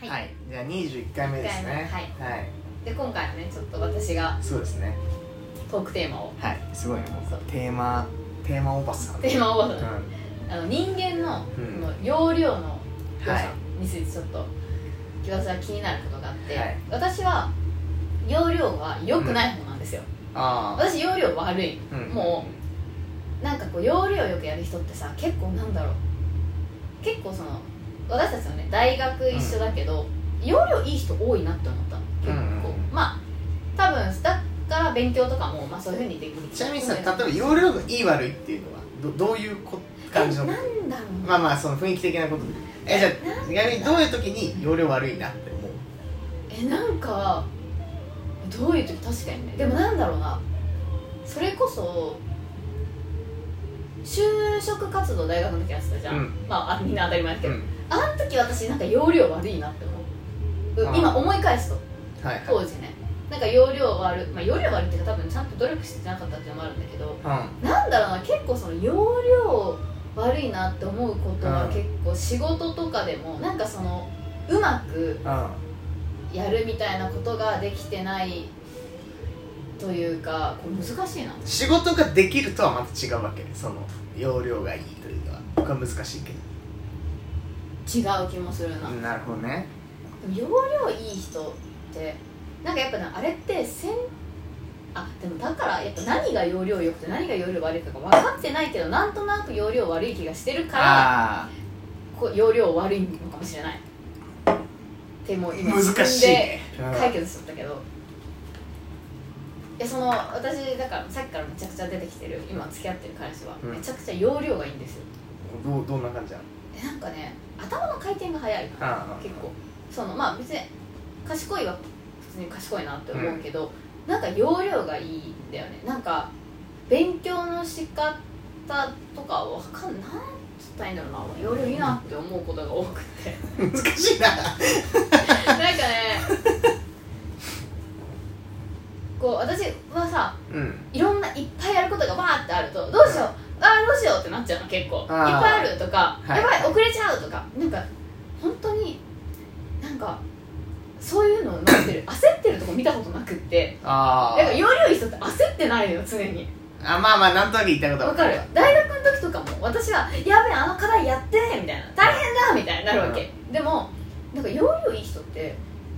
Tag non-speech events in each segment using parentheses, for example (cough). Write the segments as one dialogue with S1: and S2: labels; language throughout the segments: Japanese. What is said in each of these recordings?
S1: はい
S2: はい、じゃあ21回目ですね
S1: はい
S2: はい、
S1: で今回はねちょっと私が
S2: そうですね
S1: トークテーマを (laughs)
S2: はいすごいねもう
S1: そう
S2: テーマテーマおばさん
S1: テーマを
S2: うんは
S1: あの人間の,、
S2: うん
S1: この容量の良
S2: い
S1: さについてちょっと私は気になることがあって、
S2: はい
S1: 私は容量は良くない方なんですよ、
S2: あ
S1: 私容量悪い
S2: あ、うん
S1: もなんかこう容量よくやる人ってさ結構なんだろう結構その私たちのね大学一緒だけど、容量いい人多いなって思ったの結構、
S2: うんうん
S1: まあ多分だから勉強とかも、まあ、そういうふうにできる
S2: ちなみにさ例え
S1: た
S2: ば容量がいい悪いっていうのはどどういうこ感じの
S1: なんだろうな
S2: まあまあその雰囲気的なことでえじゃあちなみにどういう時に容量悪いなって思う
S1: えなんかどういう時確かにねでもなんだろうなそれこそ就職活動大学の時やってたじゃん、
S2: うん
S1: まああみんな当たり前だけ
S2: う
S1: ど、
S2: ん
S1: あの時私なんか容量悪いなって思
S2: あ
S1: う
S2: ー
S1: 今思い返すと
S2: はいはい
S1: 当時ねなんか容量悪いまあ容量悪いっていうか多分ちゃんと努力してなかったっていうのもあるんだけどなんだろうな結構その容量悪いなって思うことは結構仕事とかでもなんかそのうまく
S2: う
S1: やるみたいなことができてないというかこれ難しいなん
S2: 仕事ができるとはまた違うわけその容量がいいというのは僕は難しいけ
S1: 違う気もするな
S2: どなるほどね
S1: でも容量いい人ってなんかやっぱねあれってせんあでもだからやっぱ何が容量良くて何が容量悪いかが分かってないけどなんとなく容量悪い気がしてるから
S2: あ
S1: こう容量悪いのかもしれないでも
S2: あ
S1: 今
S2: 難
S1: 自分
S2: しい
S1: で
S2: ね
S1: 解決しちゃったけどいやその私だからさっきからめちゃくちゃ出てきてる今付き合ってる彼氏は
S2: うん
S1: めちゃくちゃ容量がいいんですよ、
S2: うんどうどんな感じなの
S1: えなんかね頭の回転が速いから
S2: ああ
S1: 結構そのまあ別に賢いは普通に賢いなって思うけど、なんか容量がいいんだよねなんか勉強の仕方とかわかんなんつったらいいんだろうな容量いいなって思うことが多くて
S2: 難しいな
S1: なんかねこう私はさ
S2: うん
S1: いろんないっぱいやることがバーってあるとどうしよう、あーどうしようってなっちゃうの結構いっぱ
S2: あー
S1: いあるとか、
S2: はい
S1: やばい遅れちゃうとかなんか本当になんかそういうのを待ってる焦ってるとこ見たことなくってだ
S2: あ
S1: から容量いい人って焦ってないのよ常に
S2: ああまあまあなんとなく言いたいことは
S1: わかる大学の時とかも私は「やべえあの課題やってね」みたいな「大変だ」みたいになるわけ、でもなんか容量いい人って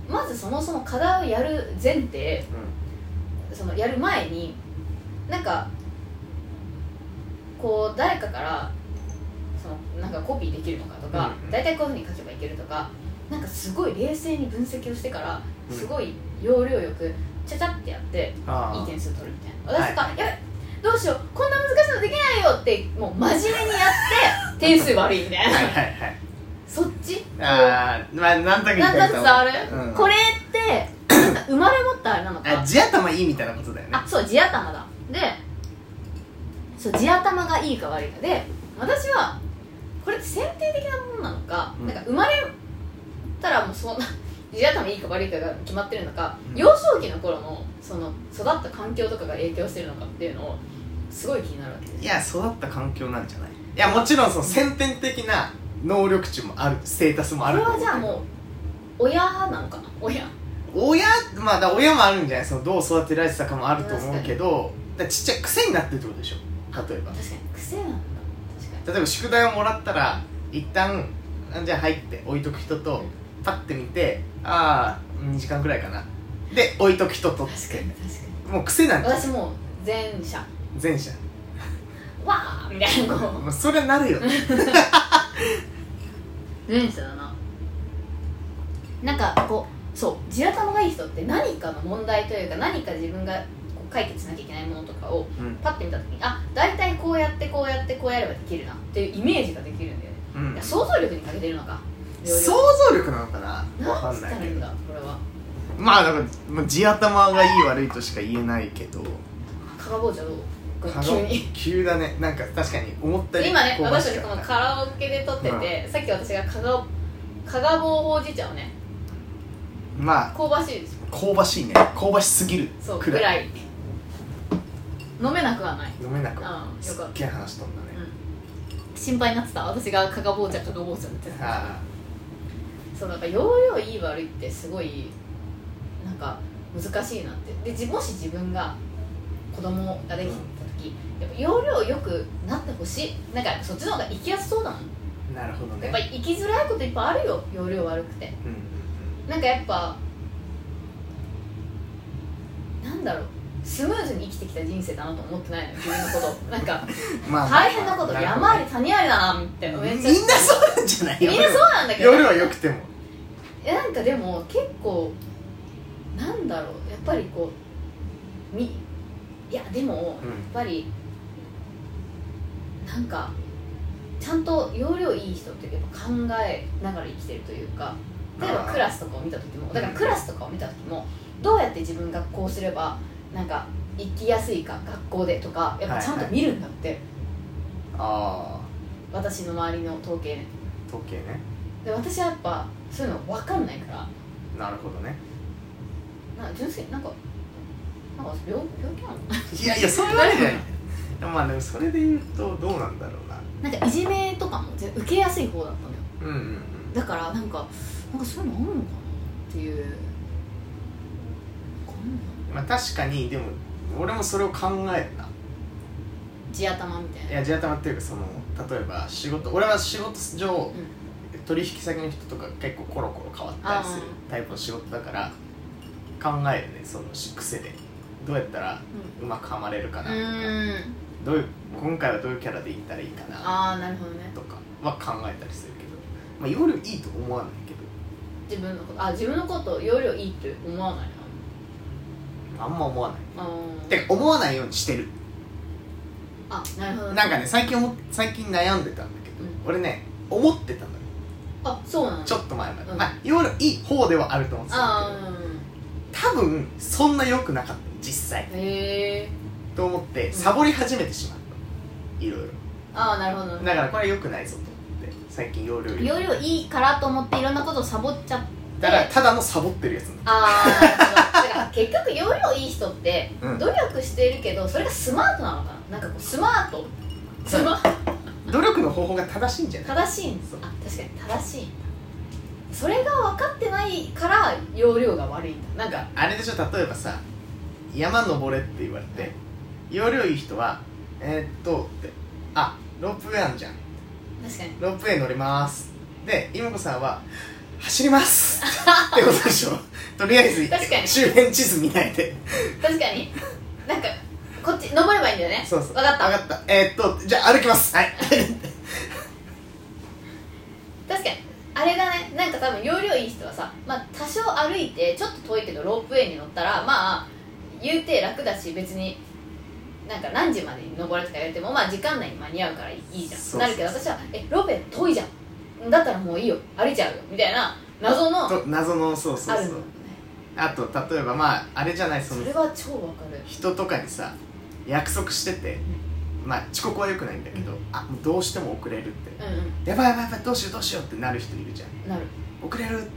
S1: まずそもそも課題をやる前提、そのやる前になんかこう誰かからそのなんかコピーできるのかとか、
S2: うんうん
S1: 大体こういうふうに書けばいけるとかなんかすごい冷静に分析をしてから
S2: うん
S1: すごい要領よくちゃちゃってやって
S2: あ
S1: いい
S2: ー
S1: 点数取るみたいな私が、
S2: はい
S1: やべどうしようこんな難しいのできないよってもう真面目にやって点数悪いみたい
S2: はい
S1: な
S2: はいはい
S1: そっち
S2: ああまあなんとなく言
S1: なん
S2: い
S1: か
S2: たいこ
S1: 伝
S2: と
S1: わ
S2: は
S1: る、
S2: うん
S1: これってなんか生まれ持ったあれなのか
S2: あ地頭いいみたいなことだよね
S1: あそう地頭だでそう地頭がいいか悪いかで私はこれって先天的なものなのか,、
S2: うん
S1: なんか生まれたらもうそんな (laughs) 地頭いいか悪いかが決まってるのか、
S2: うん
S1: 幼少期の頃のその育った環境とかが影響してるのかっていうのをすごい気になるわけです
S2: いや育った環境なんじゃないいやもちろんその先天的な能力値もあるステータスも
S1: こ
S2: ある
S1: れ
S2: と思
S1: はじゃあもう親なのかな親
S2: 親まあだから親もあるんじゃないそのどう育てられてたかもあると思うけどだからちっちゃい癖になってるってことでしょ例えば
S1: 確かに癖なのか確かに
S2: 例えば宿題をもらったら一旦あじゃあ入って置いとく人とパッて見てああ2時間くらいかなで置いとく人とっ
S1: 確
S2: つっ
S1: か
S2: て
S1: に確かに
S2: もう癖なんだ
S1: 私もう前者
S2: 前者
S1: わーみたいなこう
S2: もうそれはなるよね
S1: 前者だななんかこうそう地頭がいい人って何かの問題というか何か自分がこう解決しなきゃいけないものとかを
S2: うん
S1: パッて見た時にあ大体こうやってこうやってこうやればできるなっていうイメージができるんだよね
S2: うん
S1: いや想像力に欠けてるのか
S2: 想像力なのかなわか
S1: なんつ
S2: ん
S1: っ
S2: な
S1: た
S2: い
S1: らい
S2: け
S1: いん
S2: ど
S1: だこれは
S2: まあだからまあ地頭がいい悪いとしか言えないけど
S1: カラボージャどう
S2: カラ
S1: 急に
S2: 急だねなんか確かに思ったより
S1: 今ね
S2: 香ば
S1: 私
S2: した
S1: ちこのカラオケで撮ってて、さっき私がカガカガボーほうじ茶をね
S2: まあ
S1: 香ばしいでしょ
S2: 香ばしいね香ばしすぎる
S1: そう
S2: く
S1: く
S2: らい
S1: らい飲めなくはない
S2: 飲めなく
S1: ああ
S2: す
S1: よ
S2: っ
S1: かった
S2: げえ話飛んだね、
S1: 心配になってた私が加賀坊茶かど坊茶って
S2: ああ
S1: そうなんか容量いい悪いってすごいなんか難しいなってでじもし自分が子供ができた時、やっぱ容量よくなってほしいなんかそっちの方が生きやすそうだもん
S2: なるほどね
S1: やっぱ生きづらいこといっぱいあるよ容量悪くて
S2: うん
S1: なんかやっぱなんだろうスムーズに生きてきた人生だなと思ってないのよ自分のことなんか
S2: うん (laughs) うんまあまあ
S1: 大変なこと山あり谷ありだなみたいな
S2: み
S1: めっ
S2: ん
S1: ち
S2: な
S1: ゃ
S2: そうなんじゃない
S1: みんなそうなんだけど
S2: 夜は良くても
S1: えなんかでも結構なんだろうやっぱりこうみいやでも
S2: う
S1: やっ
S2: ん
S1: ぱりなんかちゃんと容量いい人ってやっぱ考えながら生きてるというか例えば
S2: あー
S1: クラスとかを見た時もだからクラスとかを見た時もどうやって自分がこうすればなんか生きやすいか学校でとかやっぱちゃんと見るんだって、
S2: あ
S1: 私の周りの統計ね
S2: あ時計ね
S1: で私はやっぱそういうの分かんないから
S2: なるほどね
S1: な純粋になんかなんか病病気なの
S2: いやいやそんなわけないで (laughs) もまあでもそれで言うとどうなんだろうな
S1: なんかいじめとかも全受けやすい方だったのよ
S2: うんうんうん
S1: だからなんかなんかそういうのあるのかなっていうこんな
S2: まあ確かにでも俺もそれを考えるな
S1: 地頭みたい
S2: い
S1: な
S2: や地頭っていうかその例えば仕事俺は仕事上、取引先の人とか結構コロコロ変わったりするタイプの仕事だから考えるねその癖でどうやったらうまくはまれるかなと
S1: う
S2: か
S1: ん
S2: どういう今回はどういうキャラでいったらいいかな
S1: ああなるほどね
S2: とかは考えたりするけど、まあ、夜いいと思わないけ
S1: 自
S2: ど
S1: 分のことあ自分のこと容量いいって思わない
S2: あんま思わない
S1: なあ
S2: てか思わないようにしてる
S1: あなるほど
S2: なんかね最近思っ最近悩んでたんだけど、
S1: うん
S2: 俺ね思ってたのよ
S1: あそうなの
S2: ちょっと前まで、
S1: うん
S2: まあ夜いい方ではあると思ってたんだけど
S1: あ
S2: 多分そんな良くなかった実際
S1: あへえ
S2: と思って
S1: ん
S2: サボり始めてしまったいろい
S1: ああなるほど
S2: ろ
S1: ね
S2: だからこれは良くないぞと思って最近夜
S1: 容量いいからと思っていろんなことをサボっちゃって
S2: だからただのサボってるやつなんだ
S1: ああなるほどだから結局容量いい人って
S2: うん
S1: 努力しているけどそれがスマートなのかななんかこうスマートスマート
S2: 努力の方法が正しいんじゃない
S1: 正しいんですあ確かに正しいんだそれが分かってないから容量が悪いんだなんか
S2: あれでしょ例えばさ山登れって言われて容量いい人はえー、っとってあロープウェイあんじゃん
S1: 確かに
S2: ロープウェイ乗りますで妹子さんは走りますってことでし
S1: (laughs)
S2: ょとりあえず
S1: 確かに
S2: 周辺地図見ないで
S1: 確かになんかこっち登ればいいんだよね
S2: そうそう
S1: 分かった
S2: 分かったえー、っとじゃあ歩きますはい
S1: 確かにあれだねなんか多分容量いい人はさ、まあ、多少歩いてちょっと遠いけどロープウェイに乗ったらまあ言うて楽だし別になんか何時までに登れとか言われてもまあ時間内に間に合うからいいじゃん
S2: そうそうそう
S1: なるけど私は「えロープウェイ遠いじゃんだったらもういいよ歩いちゃうよ」みたいな謎のある (laughs)
S2: と謎のそうそう
S1: のね
S2: そうあと例えばまああれじゃないそ
S1: そ
S2: の
S1: れは超わかる
S2: 人とかにさ約束しててまあ遅刻はよくないんだけど、あもうどうしても遅れるって
S1: うんう
S2: やばいやばいやばいどうしようどうしようってなる人いるじゃん
S1: んなる
S2: 遅れるって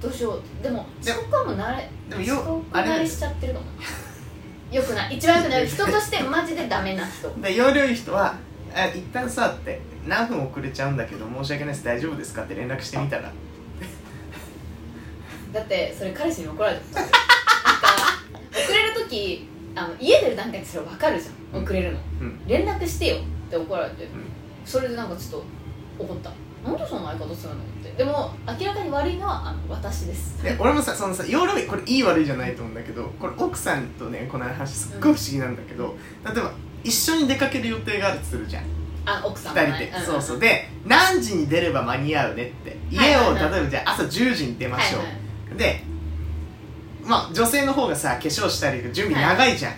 S1: どうしようでも
S2: で
S1: 遅刻はもう慣れ
S2: でもよ
S1: 遅刻
S2: あれ
S1: 慣れしちゃってるかもよくない一番よくない人としてマジでダメな人
S2: で容量いい人は「あ一旦さ」って「何分遅れちゃうんだけど申し訳ないです大丈夫ですか?」って連絡してみたら
S1: だってそれ彼氏に怒られた
S2: (laughs)
S1: ことあるなんか遅れる時あの家出る段階でそれ分かるじゃん遅れるの
S2: うん
S1: 連絡してよって怒られて、
S2: ん
S1: それでなんかちょっと怒ったなんでそんな相方するのってでも明らかに悪いのはあの私です
S2: で俺もさそのさ容量いいこれいい悪いじゃないと思うんだけどこれ奥さんとねこの話すっごい不思議なんだけど、例えば一緒に出かける予定があるとするじゃん
S1: あ奥さんも
S2: 2人で、
S1: んん
S2: そうそうで何時に出れば間に合うねって
S1: はい
S2: 家
S1: はい
S2: を、
S1: はい
S2: 例えばじゃあ朝10時に出ま
S1: はい
S2: しょう、
S1: はい
S2: でまあ女性の方がさ化粧したり準備長いじゃん、
S1: う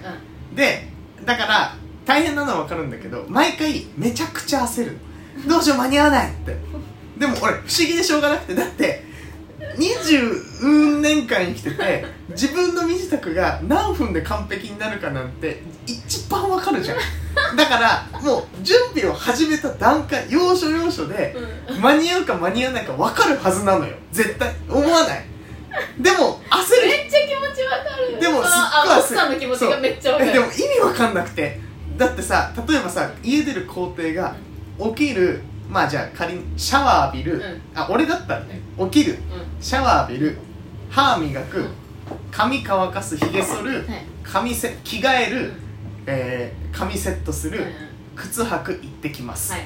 S2: でだから大変なのは分かるんだけど毎回めちゃくちゃ焦るのどうしよう間に合わないってでも俺不思議でしょうがなくてだって20年間生きてて自分の身支度が何分で完璧になるかなんて一番分かるじゃんだからもう準備を始めた段階要所要所で
S1: んうん
S2: 間に合うか間に合わないか分かるはずなのよ絶対思わないでも焦る
S1: めっちゃ気持ちわかる
S2: でも
S1: あ
S2: すっごい
S1: あ奥さんの気持ちがめっちゃわか
S2: え
S1: る
S2: でも意味わかんなくてだってさ例えばさ家出る工程が起きるまあじゃあ仮にシャワー浴びる、
S1: うん
S2: あ俺だったらね起きるシャワー浴びる歯磨
S1: う
S2: く
S1: ん
S2: 髪乾かすひげ剃る
S1: はい
S2: 髪せ着替え
S1: う
S2: る、
S1: ん
S2: えー髪セットする、
S1: うんうん
S2: 靴履く行ってきます、
S1: はい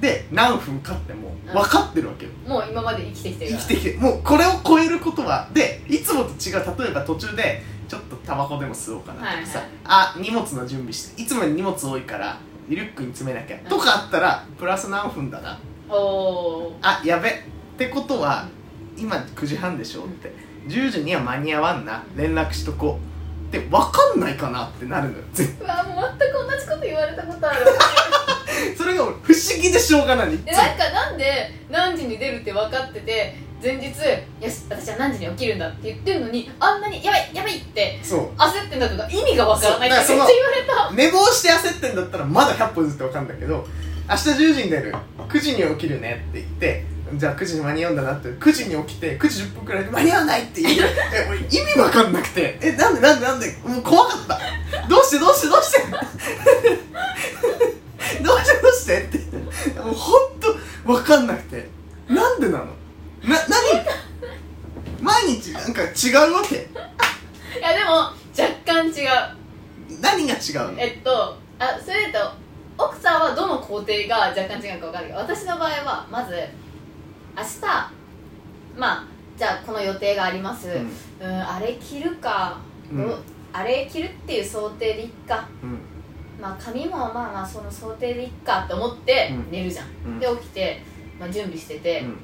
S2: で何分かっても
S1: うん
S2: 分かってるわけよ、
S1: もう今まで生きてきてる
S2: 生
S1: から
S2: きてきてもうこれを超えることはでいつもと違う例えば途中でちょっとタバコでも吸おうかなとかさ、
S1: はいはい
S2: あ荷物の準備していつもより荷物多いからリュックに詰めなきゃ、とかあったらプラス何分だな
S1: おお
S2: あやべってことは今9時半でしょって10時には間に合わんな連絡しとこうって分かんないかなってなるのよ絶
S1: ーうわもう全く同じこと言われたことある
S2: 対それが俺不思議でしょうがないいつ
S1: で
S2: も
S1: なんかなんで何時に出るって分かってて前日「よし私は何時に起きるんだ」って言ってるのにあんなに「やばいやばい」って
S2: そう
S1: 焦ってんだとか意味が分からないってめっち
S2: そ
S1: ゃ言
S2: うだ
S1: わ
S2: から
S1: れた
S2: 寝坊して焦ってんだったらまだ100歩ずつって分かるんだけど明日10時に出る9時に起きるねって言ってじゃあ9時に間に合うんだなって9時に起きて9時10分くらいで間に合わないっていうえ俺意味分かんなくてえなんでなんでなんでもう怖かったどうしてどうしてどうしてどうしてどうしてってもう本当分かんなくてなんでなのな何毎日なんか違うわけ
S1: いやでも若干違う
S2: 何が違うの
S1: えっとあそれだと奥さんはどの工程が若干違うか分かるけど私の場合はまず明日まあじゃあこの予定があります、うん、あれ着るか、
S2: うん
S1: どうあれ着るっていう想定でいっか
S2: うん
S1: まあ髪もまあまあその想定でいっかと思って
S2: うん
S1: 寝るじゃん、
S2: うん
S1: で起きて、まあ、準備してて、
S2: うん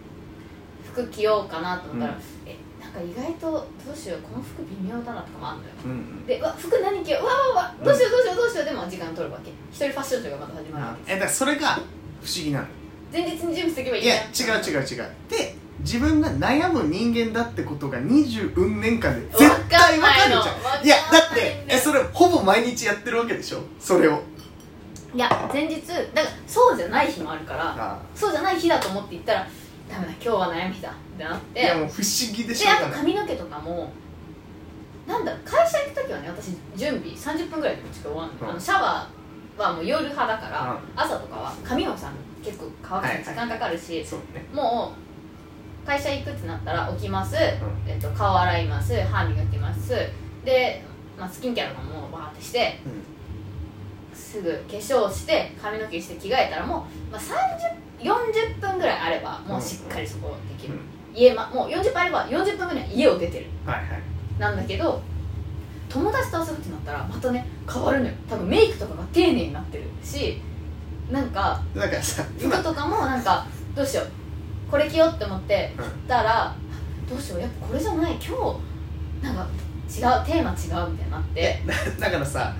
S1: 服着ようかなと思ったら、
S2: うん
S1: えなんか意外とどうしようこの服微妙だなとかもあるのよ
S2: うん
S1: でうわ服何着よううわうわうわどうしようどうしようどうしようでも時間取るわけ一人ファッションショーがまた始まるわけ
S2: えだからそれが不思議なの
S1: 前日に準備すればいい
S2: い
S1: じ
S2: や
S1: ゃん
S2: 違う違う違うで自分が悩む人間だってことが20運年間で絶対わかる
S1: わかん
S2: じ
S1: ない
S2: ゃ
S1: の
S2: んいやだっ
S1: わかんない
S2: て
S1: んだ
S2: え
S1: よ
S2: それほぼ毎日やってるわけでしょそれを
S1: いや前日だからそうじゃない日もあるから
S2: あ
S1: そうじゃない日だと思って行ったらダメだ今日は悩む日だってなっ
S2: あ
S1: て
S2: いやもう不思議でし
S1: で
S2: ょ
S1: あ
S2: うが
S1: と
S2: ない
S1: 髪の毛とかもなんだろう会社行く時はね私準備30分ぐらいでもちょっと終わんの,、
S2: うん
S1: あのシャワーはもう夜派だから、
S2: うん
S1: 朝とかは髪もさ結構乾くのに時間かかるし、
S2: そうね
S1: もう会社行くってなったら起きます、
S2: ん
S1: えっと、顔洗います歯磨きますで、まあ、スキンケアとかもわーってしてすぐ化粧して髪の毛して着替えたらもう、まあ、30 40分ぐらいあればもうしっかりそこできる、
S2: うん
S1: 家、ま、もう40分あれば40分ぐらい家を出てる
S2: うんはいはい
S1: なんだけど友達と遊ぶってなったらまたね変わるのよ多分メイクとかが丁寧になってるしなんか
S2: だからさ今
S1: 服とかもなんかどうしようこれ着ようって思って
S2: うん
S1: 着たらどうしようやっぱこれじゃない今日なんか違うテーマ違うみたいになって
S2: だからさ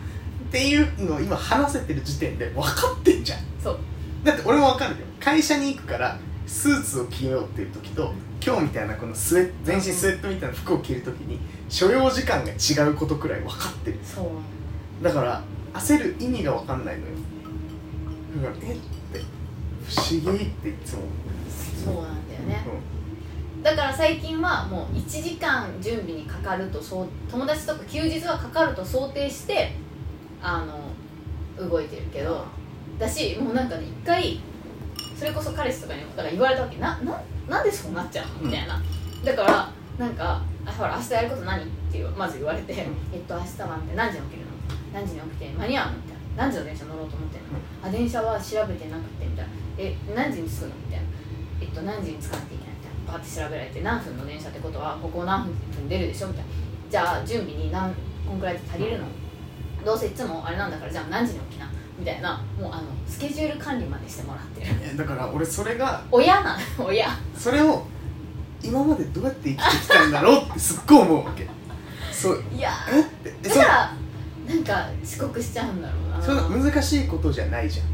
S2: っていうのを今話せてる時点で分かってんじゃん
S1: そう
S2: だって俺も分かるよ会社に行くからスーツを着ようっていう時と今日みたいなこのスウェ全身スウェットみたいな服を着る時に所要時間が違うことくらい分かってる
S1: そう
S2: だから焦る意味が分かんないのよだからえって不思議っていつも思
S1: そうなんだよね
S2: う、
S1: だから最近はもう1時間準備にかかるとそう友達とか休日はかかると想定してあの動いてるけどだしもうなんかね一回それこそ彼氏とかにもだから言われたわけなななんでそうなっちゃうのみたいな、だからなんかあほら明日やること何っていうまず言われて、えっと明日はみたいな何時に起きるの何時に起きて間に合うのみたいな何時の電車乗ろうと思ってるの、あ電車は調べてなくてみたいなえ何時に着くのみたいなえっと何時に着かなきゃいけないみたいなバーって調べられて何分の電車ってことはここ何分に出るでしょみたいなじゃあ準備に何こんくらいで足りるのどうせいつもあれなんだからじゃあ何時に起きなみたいなもうあのスケジュール管理までしてもらってる
S2: えだから俺それが
S1: 親なの (laughs) 親
S2: それを今までどうやって生きてきたんだろうってすっごい思うわけそう
S1: いや
S2: えってえ
S1: だからなんか遅刻しちゃうんだろうな
S2: そ
S1: そう
S2: れ
S1: だね
S2: 難しいことじゃないじゃん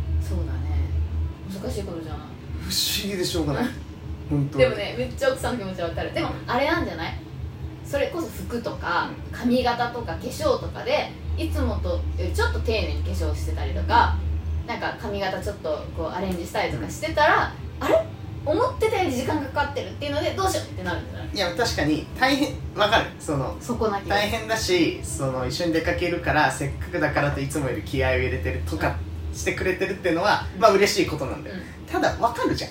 S1: 難しいことじゃない
S2: 不思議でしょうがない本当に
S1: でもねめっちゃ奥さんの気持ちは分かるでもあれなんじゃないそれこそ服とか髪型とか化粧とかでいつもとよりちょっと丁寧に化粧してたりとかなんか髪型ちょっとこうアレンジしたりとかしてたら、あれ思ってたより時間かかってるっていうのでどうしようってなるんじゃない
S2: いや確かに大変わかるその
S1: そこなきゃ
S2: 大変だしその一緒に出かけるからせっかくだからといつもより気合を入れてるとかしてくれてるっていうのはまあ嬉しいことなんだよ、ただわかるじ
S1: (laughs)
S2: ゃん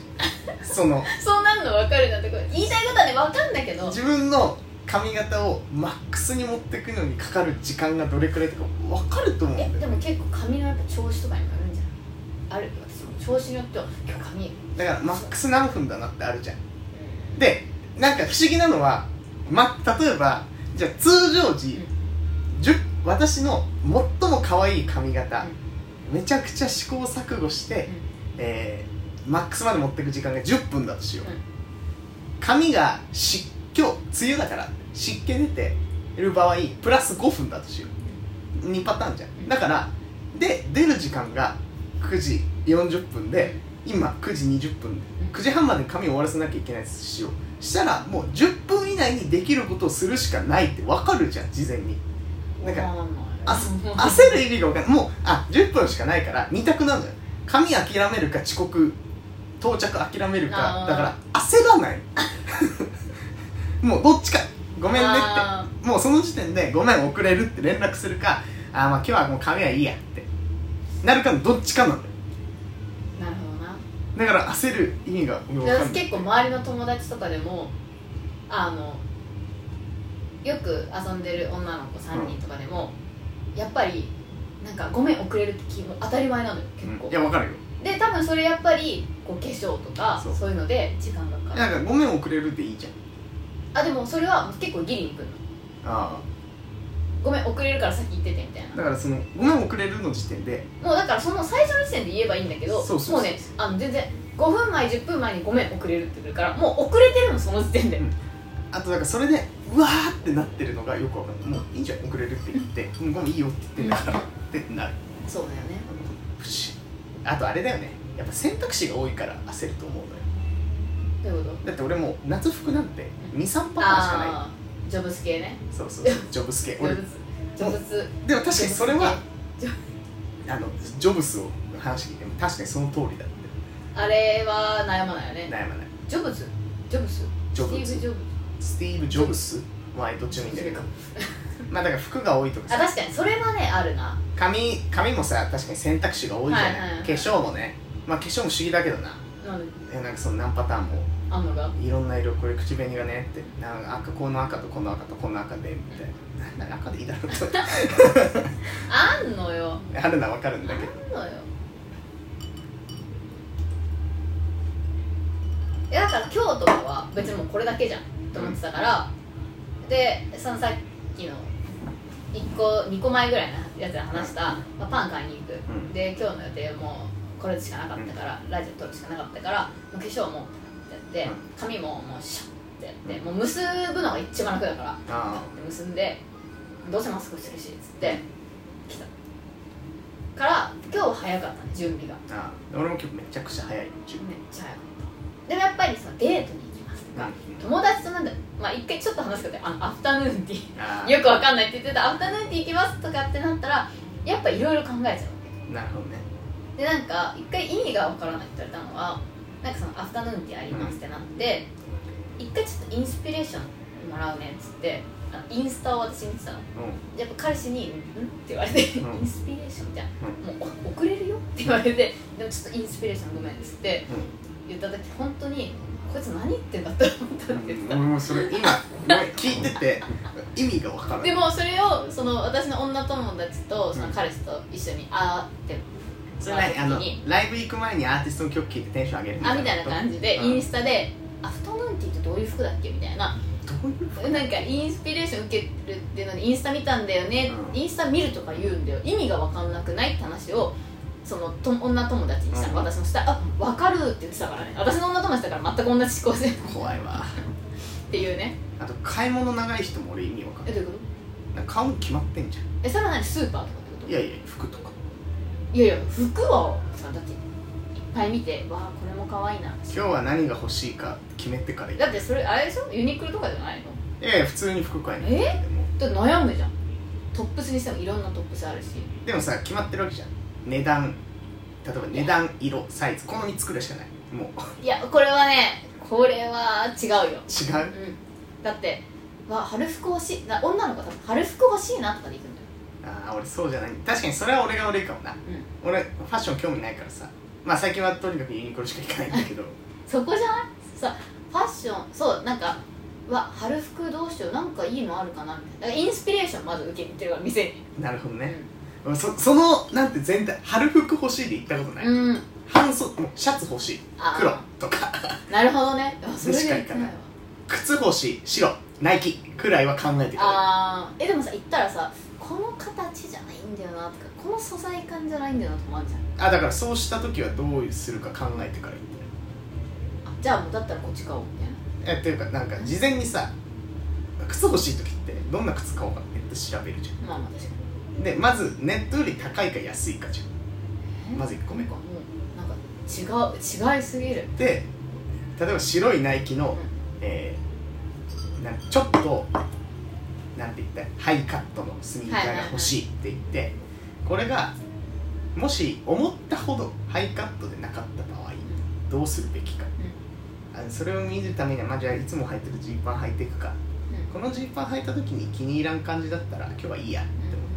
S2: その
S1: そうなるの分かるなってこれ言いたいことはね分かんだけど
S2: 自分の髪型をマックスに持ってくのにかかる時間がどれくらいとかわかると思うんだ
S1: え
S2: よ
S1: でも結構髪のやっぱ調子とかにもよるんじゃないある私も調子によっては今日髪、うん、
S2: だからマックス何分だなってあるじゃんでなんか不思議なのは、ま、例えばじゃあ通常時、じゅ私の最も可愛い髪型、めちゃくちゃ試行錯誤して、えーマックスまで持ってく時間が10分だとしよ
S1: う
S2: う、
S1: ん
S2: 髪が湿今日梅雨だから湿気出てる場合プラス5分だとしよう2パターンじゃ
S1: うん
S2: んだからで出る時間が9時40分で今9時20分
S1: うん
S2: 9時半までに髪を終わらせなきゃいけないとしようしたらもう10分以内にできることをするしかないって分かるじゃん事前になんか
S1: わん
S2: あ
S1: ない
S2: 焦る意味が分かんないもうあ10分しかないから2択なんだよ髪諦めるか遅刻到着諦める
S1: あ
S2: か
S1: ー
S2: だから焦らない (laughs) もうどっちかごめんねっ
S1: あ
S2: てもうその時点でごめん遅れるって連絡するかあーまあ今日はもう髪はいいやってなるかのどっちかなんだよ
S1: ーなるほどな
S2: だから焦る意味が分
S1: で
S2: か
S1: 私
S2: んない
S1: 結構周りの友達とかでもあのよく遊んでる女の子3人とかでも、やっぱりなんかごめん遅れるって気分当たり前なのよ結構、
S2: うんいや分かるよ
S1: で多分それやっぱりこう化粧とかそ
S2: そうう
S1: いうので時間がかかる
S2: なんかごめん遅れるっていいじゃ
S1: あ
S2: ん
S1: でもそれは結構ギリにくるの
S2: あ
S1: ごめん遅れるから先行っててみたい
S2: あ
S1: な
S2: だからそのごめん遅れるの時点で
S1: もうだからその最初の時点で言えばいいんだけど
S2: そうそうそう
S1: もうねあの全然5分前10分前にごめん遅れるってくるからもう遅れてるのその時点で、
S2: うんあとだからそれでうわーってなってるのがよくわかんないもういいじゃん遅れるって言って「うんごめんいいよ」って言ってんだからってなる
S1: そうだよね
S2: 不思議あとあれだよねやっぱ選択肢が多いから焦ると思うのよ
S1: どういうこと
S2: だって俺もう夏服なんて23パターンしかな
S1: あージョブス系ね
S2: いそうそう
S1: (laughs)
S2: そうジョブス系
S1: ジ
S2: 俺
S1: ョブスジョブス
S2: でも確かにそれは
S1: ジョ
S2: あのジョブスをの話聞いても確かにその通りだって
S1: あれは悩まないよね
S2: 悩まない
S1: ジョブズジョブス
S2: ジョブズ
S1: スティーブ・ジョブ
S2: スティーブ・ジョブスはどっちもいいんだけどまあだから服が多いとか
S1: ズあ
S2: さ
S1: 確かにそれはねあるな
S2: 髪髪もさ確かに選択肢が多いじゃない,、
S1: はいはいはい
S2: 化粧もねまあ化粧も不思議だけどな
S1: なんで
S2: えなんかその何パターンも
S1: あんのが
S2: いろんな色これ口紅がねってなんか赤この赤とこの赤とこの赤でみたいななんだ赤でいいだろうと
S1: あ
S2: (laughs)
S1: んのよ
S2: あるのはわかるんだけど
S1: あんのよいやだから今日とかは別にもうこれだけじゃんと思ってたから、でそのさっきの1個2個前ぐらいのやつで話した、まあ、パン買いに行く、
S2: うん
S1: で今日の予定もこれしかなかったから、ラジオ撮るしかなかったからもう化粧もやってやって、
S2: うん
S1: 髪ももうシャッってやって、もう結ぶのが一番楽だから
S2: あ
S1: 結んでどうせマスクしてるしっつって来たから今日早かったね準備が
S2: あああ俺も結構めちゃくちゃ早い準
S1: めっちゃ早かったでもやっぱりそのデートに行きますとか、友達となんだまあ一回ちょっと話すけどあのアフタヌーンティ
S2: あ
S1: ーよくわかんないって言ってたアフタヌーンティー行きますとかってなったらやっぱいろいろ考えちゃうわ
S2: あなるほどね
S1: けでなんか一回意味がわからないって言われたのはなんかそのアフタヌーンティーありますってなって一回ちょっとインスピレーションもらうねっつってあのインスタを私に見てたのやっぱ彼氏に「うん?」って言われて「
S2: うん
S1: インスピレーションじゃん、もうお遅れるよ」って言われて「でもちょっとインスピレーションごめん」っつって言った時本当に「こいつ何言ってんだ?」って思ったって言って
S2: うん、うん、俺もそれ今ごめん聞いてて意味がわから
S1: た
S2: ない
S1: でもそれをその私の女友達とその彼氏と一緒に会って
S2: それ何あのライブ行く前にアーティストの曲聴いてテンション上げる
S1: あみたいな感じで
S2: うん
S1: インスタで「アフタヌーンティーってどういう服だっけ?」みたいな
S2: どういう
S1: なんかインスピレーション受けるっていうのでインスタ見たんだよね、
S2: うん
S1: インスタ見るとか言うんだよ意味が分かんなくないって話をそのと女友達にしたら、
S2: うん
S1: 私もしたら「あ分かる」って言ってたからね私の女友達だから全く同じ思考してる
S2: 怖いわ
S1: っていうね
S2: あと買い物長い人も俺意味わかんな
S1: え
S2: い
S1: どういうこと
S2: なんか顔も決まってんじゃん
S1: えさらなにスーパーとかってこと
S2: い
S1: い
S2: やいや服とか
S1: やいや服はさだっていっぱい見てわあこれも可愛いな
S2: 今日は何が欲しいか決めてから行く
S1: だってそれあれでしょユニクロとかじゃないの
S2: いやいや普通に服買いに行く
S1: え
S2: でも
S1: だって悩むじゃんトップスにしてもいろんなトップスあるし
S2: でもさ決まってるわけじゃん値段例えば値段色サイズこの3つくらいしかないもう
S1: いやこれはねこれは違うよ
S2: 違う
S1: うんだってわ春服欲しいな女の子は多分春服欲しいなとかで行くんだよ
S2: ああ俺そうじゃない確かにそれは俺が悪いかもな
S1: うん
S2: 俺ファッション興味ないからさまあ最近はとにかくユニクロしか行かないんだ
S1: (laughs)
S2: けど
S1: そこじゃないさファッションそうなんかわ春服どうしようなんかいいのあるかなみたいなだからインスピレーションまず受けに行ってるから店に
S2: なるほどねそそのなんて全体春服欲しいで行ったことない、
S1: うん、うん、
S2: 半袖もうシャツ欲しい
S1: あ
S2: 黒とか (laughs)
S1: なるほどねあそれで
S2: しか
S1: 行
S2: 行
S1: って
S2: か
S1: ない
S2: な
S1: わ
S2: い靴欲しい白ナイキくらいは考えてくれる
S1: あーえでもさ行ったらさこの形じゃないんだよなとかこの素材感じゃないんだよなとかあるじゃん
S2: あだからそうした時はどうするか考えてから行って
S1: あじゃあもうだったらこっち買おうみたいな
S2: えっていうかなんか事前にさ靴欲しい時ってどんな靴買おうかネット調べるじゃ
S1: まあまあ確か
S2: んでまずネットより高いか安いかじゃ
S1: に
S2: んまず1個目
S1: なんかもうなんか違う違いすぎる
S2: で例えば白いナイキの、
S1: うん
S2: えーなんかちょっとなんて言ったらハイカットのスニーカーが欲しいって言って、これがもし思ったほどハイカットでなかった場合どうするべきか、あそれを見るためには、まあ、じゃあいつも履いてるジーパン履いていくか
S1: うん
S2: このジーパン履いた時に気に入らん感じだったら今日はいいやっ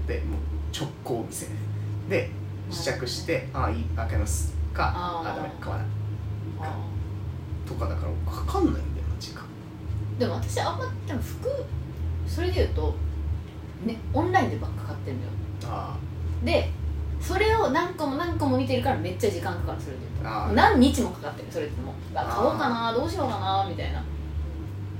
S2: て思って、もう直行店で試着して、ああいい開けますか
S1: あー
S2: あダメ買わない
S1: あ
S2: とかだからかかんないんだよな時間
S1: ーでも私あんまでも服それで言うと、ね、オンラインでばっか買ってるんだよ
S2: あ
S1: でそれを何個も何個も見てるからめっちゃ時間かかるそれで言うと
S2: あー
S1: 何日もかかってるそれでもうわ買おうかなどうしようかなみたいな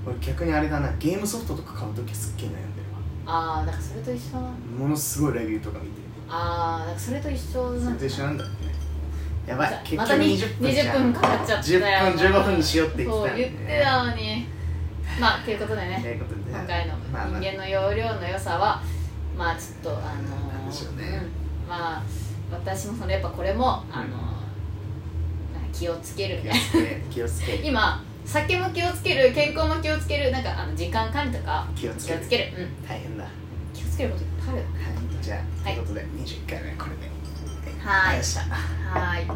S2: あ俺逆にあれだなゲームソフトとか買う時はすっげえ悩んでるわ
S1: ああだからそれと一緒なんだ
S2: ものすごいレビューとか見て
S1: ああだからそれと一緒なん
S2: 全
S1: だ
S2: 然知らんだよねやばい結
S1: ま
S2: 局
S1: たに
S2: 20分じゃん
S1: 20分かかっちゃったよ
S2: 10分15分にしようって言って
S1: そう
S2: た
S1: 言ってたのにまあということでね
S2: ということで
S1: 今回の
S2: まあまあ
S1: 人間の容量の良さはまあちょっとあのー
S2: なんでしょうね
S1: うんまあ私もそのやっぱこれもあのー、
S2: う
S1: な
S2: ん
S1: んか気をつけるみ (laughs)
S2: 気
S1: たい
S2: を
S1: な
S2: つけ気をつけ
S1: 今酒も気をつける健康も気をつけるなんかあの時間管理とか
S2: 気をつける
S1: 気をつけるうん
S2: 大変だは
S1: 気をつけることいっぱいある
S2: いじゃあ
S1: はい
S2: ということで21回目はこれで
S1: は
S2: ありがとうござい
S1: ー
S2: ま
S1: い
S2: した
S1: はーい